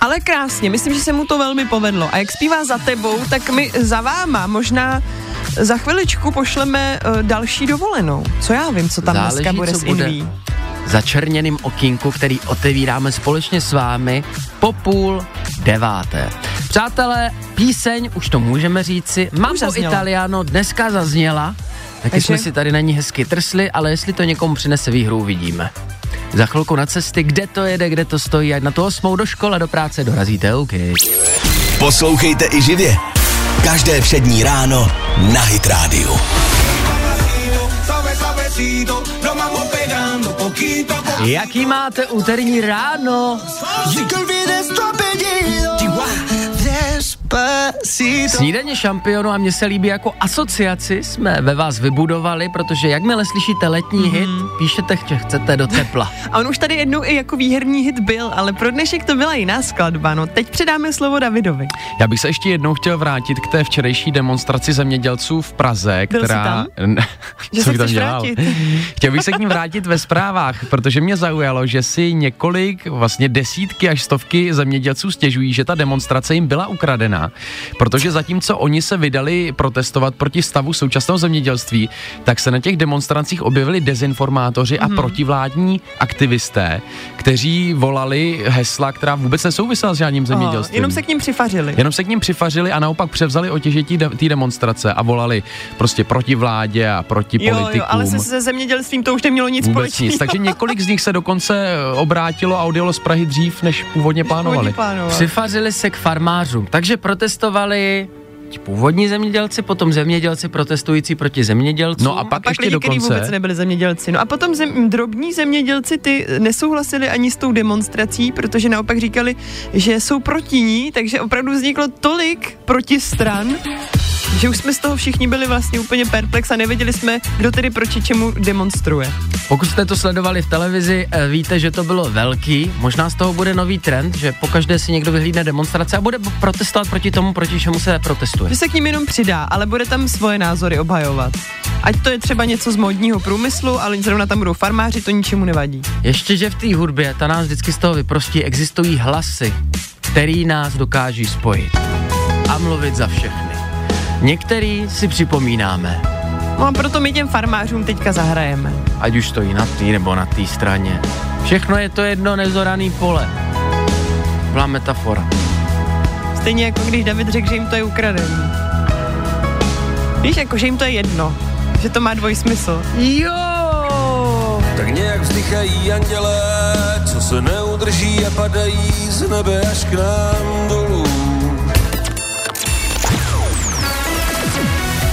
S3: Ale krásně, myslím, že se mu to velmi povedlo. A jak zpívá za tebou, tak my za váma možná za chviličku pošleme eh, další dovolenou. Co já vím, co tam
S2: Záleží,
S3: dneska bude
S2: co
S3: s
S2: bude.
S3: Inví.
S2: Začerněným okýnku, který otevíráme společně s vámi po půl deváté. Přátelé, píseň, už to můžeme říci, Mambo
S3: zazněla.
S2: Italiano dneska zazněla, taky
S3: Takže-
S2: jsme si tady na ní hezky trsli, ale jestli to někomu přinese výhru, uvidíme. Za chvilku na cesty, kde to jede, kde to stojí, ať na tu osmou do škola, do práce dorazíte, OK.
S1: Poslouchejte i živě. Každé přední ráno na Hit Radio.
S2: Jaký máte úterní ráno? Snídaně šampionu a mně se líbí, jako asociaci jsme ve vás vybudovali, protože jakmile slyšíte letní mm-hmm. hit, píšete, že chcete do tepla.
S3: A on už tady jednou i jako výherní hit byl, ale pro dnešek to byla jiná skladba. No, teď předáme slovo Davidovi.
S4: Já bych se ještě jednou chtěl vrátit k té včerejší demonstraci zemědělců v Praze,
S3: Byl jsi
S4: která... tam?
S3: Že
S4: Co
S3: se
S4: bych tam
S3: chceš
S4: dělal?
S3: vrátit?
S4: Chtěl bych se k ní vrátit ve zprávách, protože mě zaujalo, že si několik, vlastně desítky až stovky zemědělců stěžují, že ta demonstrace jim byla ukradena, protože zatímco oni se vydali protestovat proti stavu současného zemědělství, tak se na těch demonstracích objevili dezinformátoři
S3: Mhm.
S4: a protivládní aktivisté, kteří volali hesla, která vůbec nesouvisela s žádným
S3: Oh,
S4: zemědělstvím.
S3: jenom se k ním přifařili.
S4: Jenom se k ním přifařili a naopak převzali otěžití de- té demonstrace a volali prostě proti vládě a proti
S3: Jo,
S4: politikům.
S3: jo, ale se, se zemědělstvím to už nemělo nic
S4: Vůbec
S3: společného.
S4: nic. Takže několik z nich se dokonce eh, obrátilo a odjelo z Prahy dřív, než původně
S3: Oni
S4: plánovali.
S3: plánovali.
S2: Přifařili se k farmářům, takže protestovali ti původní zemědělci, potom zemědělci protestující proti zemědělcům.
S4: No a pak
S3: Pak
S4: ještě
S3: lidi, kteří vůbec
S4: dokonce...
S3: nebyli zemědělci. No a potom zem, drobní zemědělci ty nesouhlasili ani s tou demonstrací, protože naopak říkali, že jsou proti ní, takže opravdu vzniklo tolik protistran, že už jsme z toho všichni byli vlastně úplně perplex a nevěděli jsme, kdo tedy proti čemu demonstruje.
S2: Pokud jste to sledovali v televizi, eh, víte, že to bylo velký. Možná z toho bude nový trend, že pokaždé si někdo vyhlídne demonstrace a bude protestovat proti tomu, proti čemu se protestuje.
S3: Že se k ním jenom přidá, ale bude tam svoje názory obhajovat. Ať to je třeba něco z modního průmyslu, ale zrovna tam budou farmáři, to ničemu nevadí.
S2: Ještě, že v té hudbě, ta nás vždycky z toho vyprostí, existují hlasy, který nás dokáží spojit a mluvit za všechny. Některý si připomínáme,
S3: No a proto my těm farmářům teďka zahrajeme.
S2: ať už stojí na té nebo na té straně. Všechno je to jedno nezoraný pole. Byla metafora.
S3: Stejně jako když David řekl, že jim to je ukradený. Víš, jako že jim to je jedno. Že to má dvojsmysl.
S2: Jo!
S8: tak nějak vzdychají andělé, co se neudrží a padají z nebe až k nám dolů.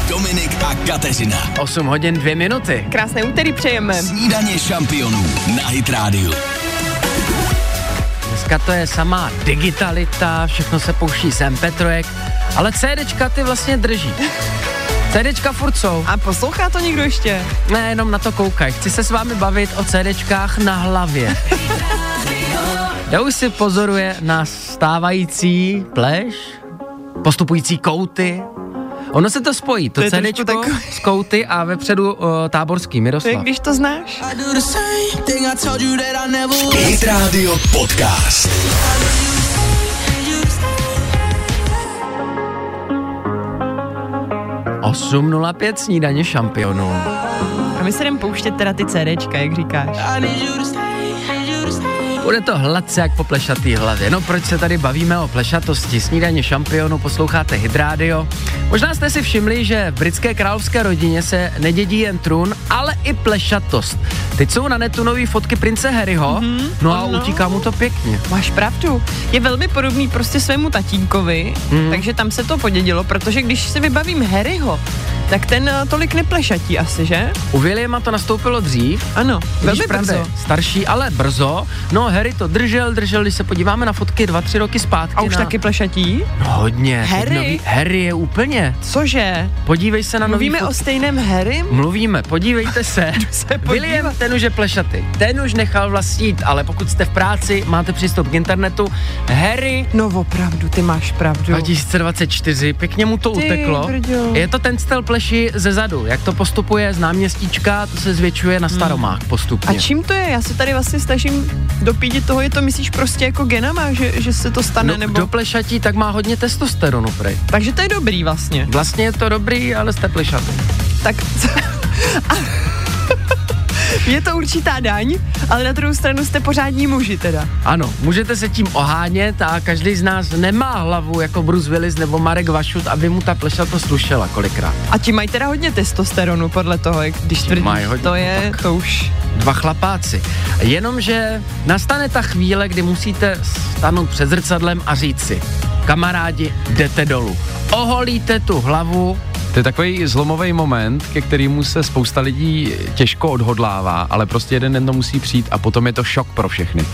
S1: Dominik a Kateřina.
S2: 8 hodin 2 minuty.
S3: Krásné úterý přejeme.
S1: Snídaně šampionů na Hit Radio.
S2: Dneska to je samá digitalita, všechno se pouští sem Petrojek, ale CDčka ty vlastně drží. CDčka furt jsou.
S3: A poslouchá to někdo ještě?
S2: Ne, jenom na to koukaj. Chci se s vámi bavit o CDčkách na hlavě. Já už si pozoruje na stávající pleš, postupující kouty. Ono se to spojí, to,
S3: To je
S2: to
S3: trošku
S2: CDčko
S3: takový-
S2: s kouty a vepředu o, táborský
S3: To je,
S2: Miroslav.
S3: když to znáš.
S1: Hit Radio Podcast.
S2: Osm pět snídaně šampionů.
S3: A my se jdem pouštět teda ty CDčka, jak říkáš.
S2: Bude to hladce jak po plešatý hlavě. No proč se tady bavíme o plešatosti? Snídaně šampionu posloucháte Hydrádio. Možná jste si všimli, že v britské královské rodině se nedědí jen trůn, ale i plešatost. Teď jsou na netu nový fotky prince Harryho, mm-hmm, no a
S3: Mhm, ano.
S2: utíká mu to pěkně.
S3: Máš pravdu. Je velmi podobný prostě svému tatínkovi, mm. takže tam se to podědilo, protože když si vybavím Harryho, tak ten eh, tolik neplešatí asi, že?
S2: U Williama to nastoupilo dřív,
S3: Ano, velmi
S2: Vidíš, Frande,
S3: brzo.
S2: Starší, ale brzo. No Harry to držel, držel, když se podíváme na fotky dva, tři roky zpátky.
S3: A už
S2: na...
S3: taky plešatí?
S2: No, hodně. Teď
S3: Harry?
S2: Nový... Harry je úplně.
S3: Cože?
S2: Podívej se na nový
S3: Mluvíme
S2: fotky.
S3: o stejném Harrym?
S2: Mluvíme, podívejte se.
S3: se podívat.
S2: William, ten už je plešatý. Ten už nechal vlastnit, ale pokud jste v práci, máte přístup k internetu. Harry
S3: No opravdu, ty máš pravdu.
S2: 2024, pěkně mu to
S3: Ty
S2: uteklo.
S3: brďo.
S2: Je to ten styl pleši ze zadu, jak to postupuje z náměstíčka, to se zvětšuje
S3: Hmm.
S2: na staromách
S3: A
S2: postupně.
S3: čím to je? Já se tady vlastně snažím dopídit toho, je to myslíš prostě jako genama, že, že se to stane,
S2: No,
S3: nebo...
S2: Do plešatí tak má hodně testosteronu, prej.
S3: Takže to je dobrý vlastně.
S2: Vlastně je to dobrý, ale jste plešatý.
S3: Tak... A- je to určitá daň, ale na druhou stranu jste pořádní muži teda.
S2: Ano, můžete se tím ohánět a každý z nás nemá hlavu jako Bruce Willis nebo Marek Vašut, aby mu ta plešatost slušela kolikrát.
S3: A ti mají teda hodně testosteronu podle toho, jak když tvrdíš,
S2: mají hodně,
S3: to
S2: no
S3: je,
S2: tak.
S3: to už.
S2: dva chlapáci. Jenomže nastane ta chvíle, kdy musíte stanout před zrcadlem a říct si, kamarádi, jdete dolů. Oholíte tu hlavu,
S4: To je takový zlomový moment, ke kterému se spousta lidí těžko odhodlává, ale prostě jeden den to musí přijít a potom je to šok pro všechny.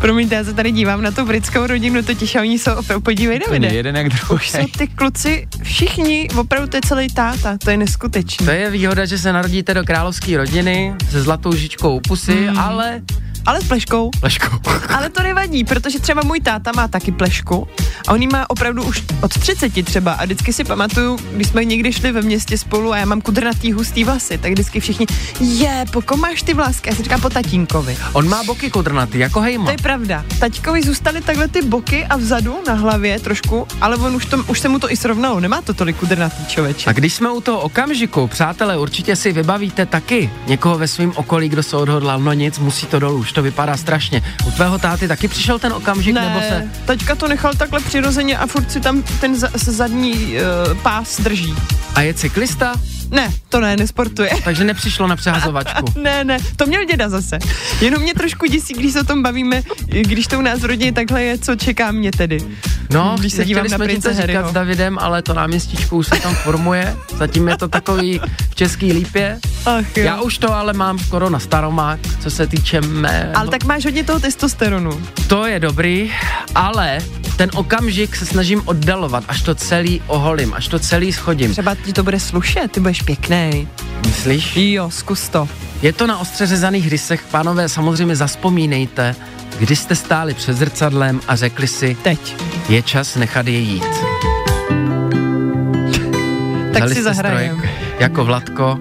S3: Promiňte, já se tady dívám na tu britskou rodinu, totiž a oni jsou, opra- podívej,
S4: Ten
S3: Davide.
S4: jeden jak druhý.
S3: Jsou ty kluci, všichni, opravdu to je celý táta, to je neskutečný.
S2: to je výhoda, že se narodíte do královské rodiny se zlatou žičkou u pusy,
S4: Hmm.
S2: mm. ale
S3: Ale s pleškou.
S2: Leško,
S3: Ale to nevadí, protože třeba můj táta má taky plešku a on ji má opravdu už od 30 třeba a vždycky si pamatuju, když jsme někdy šli ve městě spolu a já mám kudrnatý hustý vlasy, tak vždycky všichni, je, po kom máš ty vlasky? Já si říkám po tatínkovi.
S2: on má boky kudrnaty, jako hejma.
S3: To je pravda. Taťkovi zůstaly takhle ty boky a vzadu na hlavě trošku, ale on už, to, už se mu to i srovnalo, nemá to tolik kudrnatý člověče.
S2: A když jsme u toho okamžiku, přátelé, určitě si vybavíte taky někoho ve svém okolí, kdo se odhodlal, no nic, musí to dolů, už to vypadá strašně. U tvého táty taky přišel ten okamžik, nebo se...
S3: taťka to nechal takhle přirozeně a furt si tam ten za, se zadní uh, pás drží.
S2: A je cyklista,
S3: Ne, to ne, nesportuje.
S2: takže nepřišlo na přehazovačku.
S3: Ne, ne, to měl děda zase. Jenom mě trošku děsí, když se o tom bavíme, když to u nás v rodině takhle je, co čeká mě tedy.
S2: No,
S3: Když se
S2: nechtěli
S3: dívám na
S2: jsme ti
S3: prince
S2: to
S3: Harryho.
S2: říkat s Davidem, ale to náměstíčko už se tam formuje. Zatím je to takový v český lípě.
S3: Ach, jo.
S2: Já už to ale mám skoro na staromák, co se týče mé. no,
S3: Ale tak máš hodně toho testosteronu.
S2: To je dobrý, ale ten okamžik se snažím oddalovat, až to celý oholím, až to celý schodím.
S3: Třeba ti to bude slušet, ty budeš pěkný.
S2: Myslíš?
S3: Jo, zkus to.
S2: Je to na ostře řezaných rysech, pánové, samozřejmě zaspomínejte, kdy jste stáli před zrcadlem a řekli si,
S3: Teď.
S2: je čas nechat je jít.
S3: Tak
S2: Vzali
S3: si
S2: jste
S3: zahrajem.
S2: strojek Jako Vladko,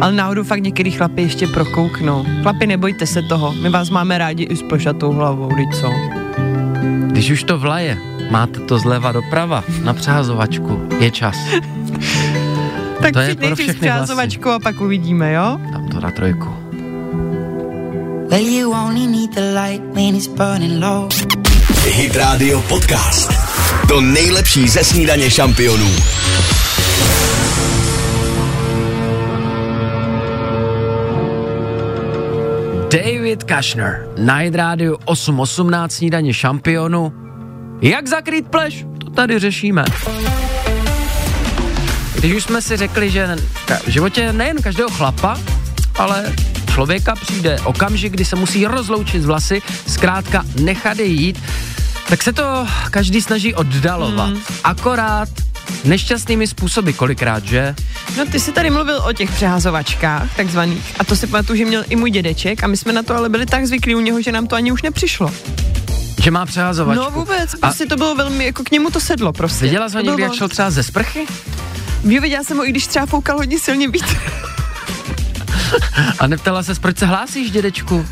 S3: Ale náhodou fakt některý chlapy ještě prokouknou. Chlapi, nebojte se toho, my vás máme rádi i s plešatou hlavou, teď co?
S2: Když už to vlaje, máte to zleva doprava na přehazovačku. Je čas.
S3: Tak
S2: To je
S3: si
S2: pro
S3: nejdřív
S2: všechny vlasy.
S3: přázovačku a pak uvidíme, jo?
S2: Tam to na trojku.
S6: Well, you only need the light when it's burning low.
S1: Hit Radio Podcast. To nejlepší ze snídaně šampionů.
S2: David Kushner, Night Radio 818, snídaně šampionu. Jak zakrýt pleš? To tady řešíme. Když už jsme si řekli, že ka- v životě nejen každého chlapa, ale člověka přijde okamžik, kdy se musí rozloučit z vlasy, zkrátka nechat je jít, tak se to každý snaží oddalovat. Hmm. Akorát nešťastnými způsoby kolikrát, že?
S3: No ty jsi tady mluvil o těch přehazovačkách takzvaných a to si pamatuju, že měl i můj dědeček a my jsme na to ale byli tak zvyklí u něho, že nám to ani už nepřišlo.
S2: Že má přehazovačku.
S3: No vůbec, prostě to bylo velmi, jako k němu to sedlo prostě.
S2: Viděla jsi ho
S3: To
S2: někdy,
S3: bylo
S2: jak šel třeba ze sprchy?
S3: Jo, viděla jsem ho, i když třeba foukal hodně silně vítr.
S2: A neptala se, proč se hlásíš, dědečku?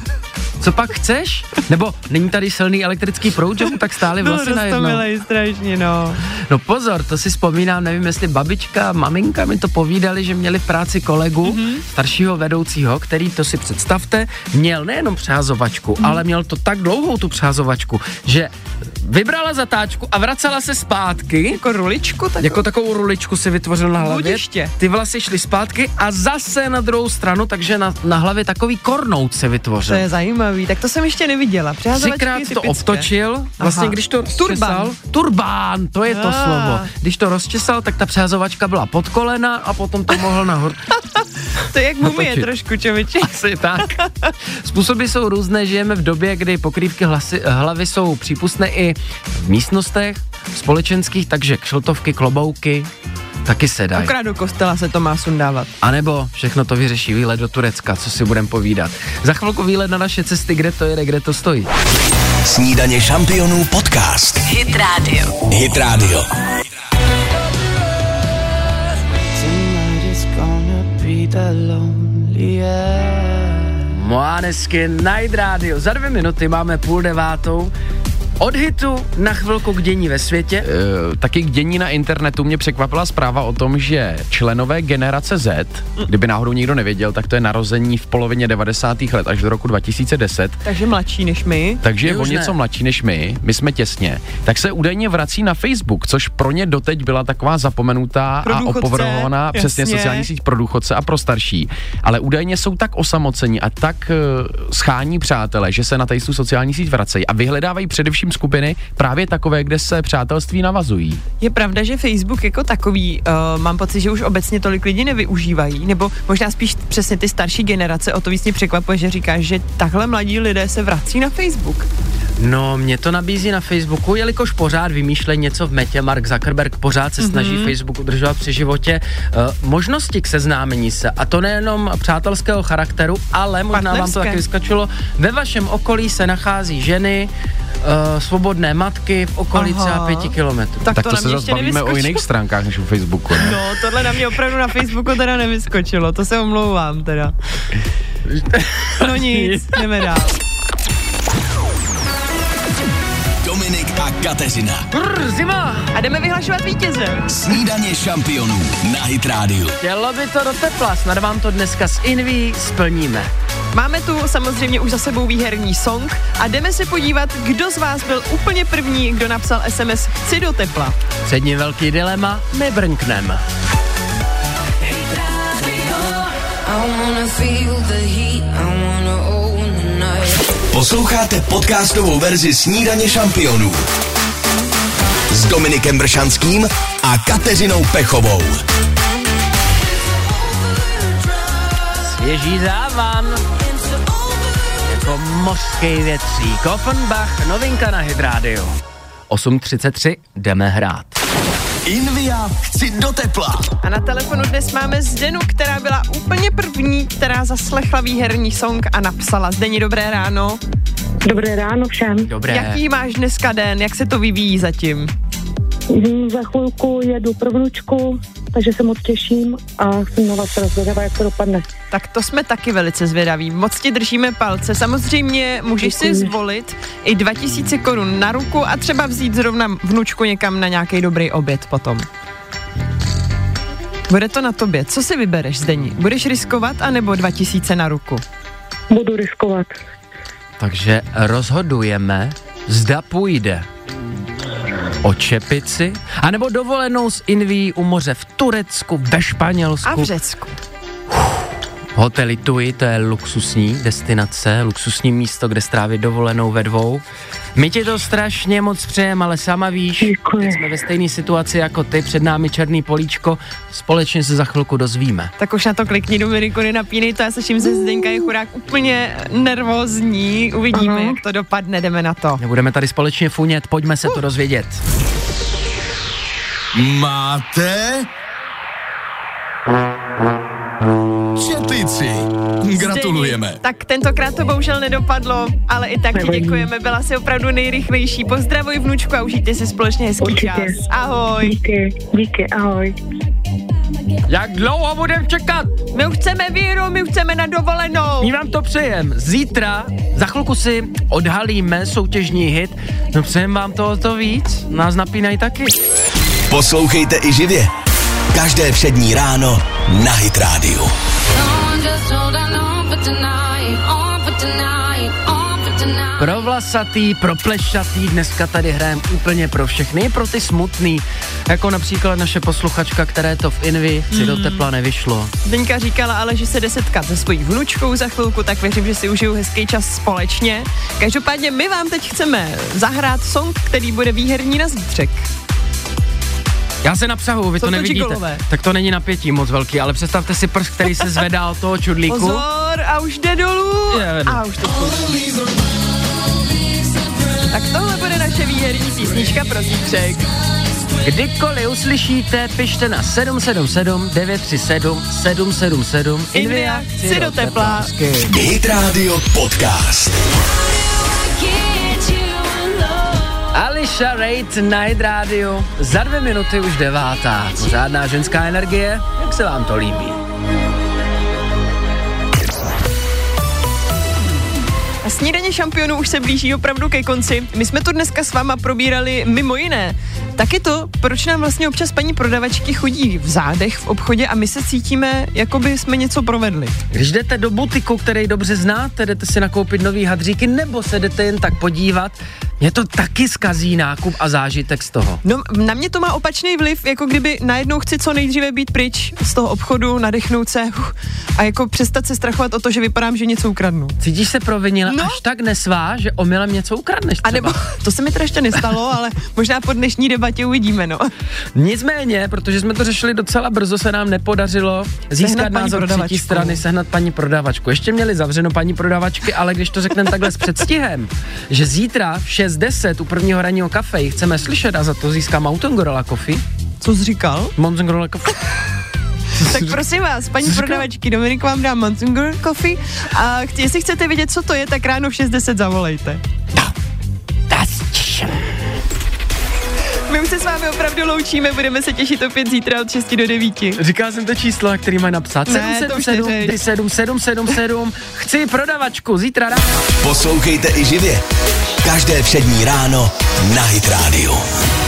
S2: Co pak chceš? Nebo není tady silný elektrický proud, že mu tak stály
S3: Byl
S2: vlasy vlastně najednou?
S3: No, roztomilej strašně, no.
S2: No pozor, to si vzpomínám, nevím, jestli babička, maminka mi to povídali, že měli v práci kolegu, mm-hmm. staršího vedoucího, který, to si představte, měl nejenom přehazovačku, mm. ale měl to tak dlouhou tu přehazovačku, že vybrala zatáčku a vracela se zpátky.
S3: Jako ruličku, tak
S2: Jako takovou ruličku si vytvořil na hlavě.
S3: Bludiště.
S2: Ty vlasy šly zpátky a zase na druhou stranu, takže na, na hlavě takový kornout se
S3: to
S2: vytvořil.
S3: je zajímavý, tak to jsem ještě neviděla. Přehazovačky
S2: Třikrát
S3: je
S2: to
S3: typické.
S2: obtočil, vlastně
S3: Aha.
S2: když to
S3: Turban.
S2: rozčesal, turbán, to je to
S3: Ah.
S2: slovo. Když to rozčesal, tak ta přehazovačka byla pod kolena a potom to mohl nahoru.
S3: To je jak mumie
S2: Otočit.
S3: trošku, čověče.
S2: Asi tak. Způsoby jsou různé, žijeme v době, kdy pokrývky hlasy, hlavy jsou přípustné i v místnostech společenských, takže kšeltovky, klobouky taky se dají.
S3: Akorát do kostela se to má sundávat.
S2: A nebo všechno to vyřeší výlet do Turecka, co si budem povídat. Za chvilku výlet na naše cesty, kde to jede, kde to stojí.
S1: Snídaně šampionů podcast.
S7: Hit Radio.
S1: Hit Radio.
S6: Tonight is gonna be the loneliest.
S2: Moánesky Night Radio. Za dvě minuty máme půl devátou. Od hitu na chvilku k dění ve světě.
S4: Eh, taky k dění na internetu mě překvapila zpráva o tom, že členové generace Z, kdyby náhodou nikdo nevěděl, tak to je narození v polovině 90. let až do roku 2010,
S3: Takže mladší než my.
S4: takže je
S2: My
S4: o
S2: už
S4: něco
S2: ne.
S4: mladší než my, my jsme těsně, tak se údajně vrací na Facebook, což pro ně doteď byla taková zapomenutá
S3: Pro
S4: a
S3: důchodce,
S4: opovrhovaná přesně
S3: jasně.
S4: sociální síť pro důchodce a pro starší. Ale údajně jsou tak osamoceni a tak uh, schání přátelé, že se na tady tu sociální síť vracejí a vyhledávají především skupiny právě takové, kde se přátelství navazují.
S3: Je pravda, že Facebook jako takový, uh, mám pocit, že už obecně tolik lidí nevyužívají, nebo možná spíš přesně ty starší generace, o to víc mě překvapuje, že říkáš, že takhle mladí lidé se vrací na Facebook.
S2: No, mě to nabízí na Facebooku, jelikož pořád vymýšlej něco v metě. Mark Zuckerberg pořád se snaží
S3: Mhm.
S2: mm-hmm. Facebook udržovat při životě. Uh, možnosti k seznámení se, a to nejenom přátelského charakteru, ale možná vám to
S3: Partnerské.
S2: taky vyskočilo. Ve vašem okolí se nachází ženy, uh, svobodné matky v okolí
S3: Aha.
S2: třeba pěti kilometrů.
S4: Tak to,
S3: na
S4: to se
S3: mě
S4: zase
S3: ještě
S4: bavíme o
S3: nevyskočilo.
S4: jiných stránkách než u Facebooku. Ne?
S3: No, tohle na mě opravdu na Facebooku teda nevyskočilo, to se omlouvám teda. No nic, jdeme dál.
S1: Dominik a Kateřina.
S2: Brr, zima!
S3: A jdeme vyhlašovat vítěze.
S1: Snídaně šampionů na Hit Radio.
S2: Chtělo by to do tepla, snad vám to dneska s Inví splníme.
S3: Máme tu samozřejmě už za sebou výherní song a jdeme se podívat, kdo z vás byl úplně první, kdo napsal SMS Chci do tepla.
S2: Před ním velký dilema, my brnknem.
S7: I wanna feel the heat, I wanna own the night.
S1: Posloucháte podcastovou verzi Snídaně šampionů s Dominikem Bršanským a Kateřinou Pechovou.
S2: Svěží závan, jako mořský větřík. Offenbach, novinka na Hydrádiu. 8.33, jdeme hrát.
S1: Invia chci do tepla.
S3: A na telefonu dnes máme Zdenu, která byla úplně první, která zaslechla výherní song a napsala. Zdeni, dobré ráno.
S5: Dobré ráno všem.
S2: Dobré.
S3: Jaký máš dneska den? Jak se to vyvíjí zatím?
S5: Hmm, Za chvilku jedu pro vnučku, takže se moc těším a jsem na vás rozhodová, jak to dopadne.
S3: Tak to jsme taky velice zvědaví. Moc ti držíme palce. Samozřejmě můžeš si zvolit i 2000 korun na ruku a třeba vzít zrovna vnučku někam na nějaký dobrý oběd potom. Bude to na tobě. Co si vybereš, Zdení? Budeš riskovat anebo 2000 na ruku?
S5: Budu riskovat.
S2: Takže rozhodujeme, zda půjde o čepici, anebo dovolenou s Inví u moře v Turecku, ve Španělsku.
S3: A v Řecku.
S2: Hotely Tui, to je luxusní destinace, luxusní místo, kde strávit dovolenou ve dvou. My ti to strašně moc přejeme, ale sama víš,
S5: Děkuji.
S2: že jsme ve stejné situaci jako ty, před námi černý políčko, společně se za chvilku dozvíme.
S3: Tak už na to klikni, Dominiku, nenapínej to, já slyším ze Zdenka je chudák úplně nervózní, uvidíme, jak to dopadne, jdeme na to.
S2: Nebudeme tady společně funět, pojďme se to dozvědět.
S9: Máte? Četlici. Gratulujeme.
S3: Zdeněk, Tak tentokrát to bohužel nedopadlo, ale i tak ti děkujeme, byla si opravdu nejrychlejší. Pozdravuj vnučku a užijte si společně hezký
S5: Určitě.
S3: čas. Ahoj.
S5: Díky, díky, ahoj.
S2: Jak dlouho budeme čekat?
S3: My už chceme víru, my už chceme na dovolenou.
S2: My vám to přejem. Zítra za chvilku si odhalíme soutěžní hit. No přejem vám toho to víc. Nás napínají taky.
S1: Poslouchejte i živě. Každé přední ráno na Hit Radio.
S2: Pro vlasatý, pro plešatý, dneska tady hrajeme úplně pro všechny, i pro ty smutný, jako například naše posluchačka, které to v Invi si do tepla nevyšlo.
S3: Zdeňka říkala ale, že se jde setkat se svojí vnučkou za chvilku, tak věřím, že si užiju hezký čas společně. Každopádně my vám teď chceme zahrát song, který bude výherní na zítřek.
S2: Já se napsahu, vy to
S3: Jsou to
S2: nevidíte.
S3: gigolové.
S2: Tak to není napětí moc velký, ale představte si prst, který se zvedá od toho čudlíku.
S3: Pozor, a už jde dolů.
S2: Je, jde.
S3: A už to skončí. Tak tohle bude naše výherní písnička pro zítřek.
S2: Kdykoliv uslyšíte, pište na 777 937 777.
S3: Invia, si do tepla.
S1: Hit Radio Podcast.
S2: Alicia Raid Night Radio. Za dvě minuty už devátá. Pořádná ženská energie, jak se vám to líbí.
S3: A snídaně šampionů už se blíží opravdu ke konci. My jsme tu dneska s váma probírali mimo jiné. Taky to, proč nám vlastně občas paní prodavačky chodí v zádech v obchodě a my se cítíme, jako by jsme něco provedli.
S2: Když jdete do butiku, který dobře znáte, jdete si nakoupit nový hadříky nebo se jdete jen tak podívat, mě to taky skazí nákup a zážitek z toho.
S3: No, na mě to má opačný vliv, jako kdyby najednou chci co nejdříve být pryč z toho obchodu, nadechnout se huh, a jako přestat se strachovat o to, že vypadám, že něco ukradnu.
S2: Cítíš se provinila no.
S3: No.
S2: až tak nesvá, že omylem něco ukradneš třeba.
S3: A nebo to se mi teda ještě nestalo, ale možná po dnešní debatě uvidíme, no.
S2: Nicméně, protože jsme to řešili docela brzo, se nám nepodařilo získat
S3: Sehnat paní
S2: názor třetí
S3: prodavačku.
S2: strany, sehnat paní prodavačku. Ještě měli zavřeno paní prodavačky, ale když to řekneme takhle s předstihem, že zítra v 6.10 u prvního ranního kafe ji chceme slyšet a za to získá Mountain Gorilla Coffee,
S3: Co jsi říkal?
S2: Mountain Gorilla Coffee,
S3: Tak prosím vás, paní prodavačky, Dominik vám dá Manzinger Coffee a chci- jestli chcete vědět, co to je, tak ráno v 6.10 zavolejte. My už se s vámi opravdu loučíme, budeme se těšit opět zítra od 6 do 9.
S2: Říkal jsem to číslo, na který mají napsat.
S3: Ne, to už
S2: 777
S3: neřeš.
S2: 777 Chci prodavačku, zítra ráno.
S1: Poslouchejte i živě. Každé přední ráno na Hit Radio.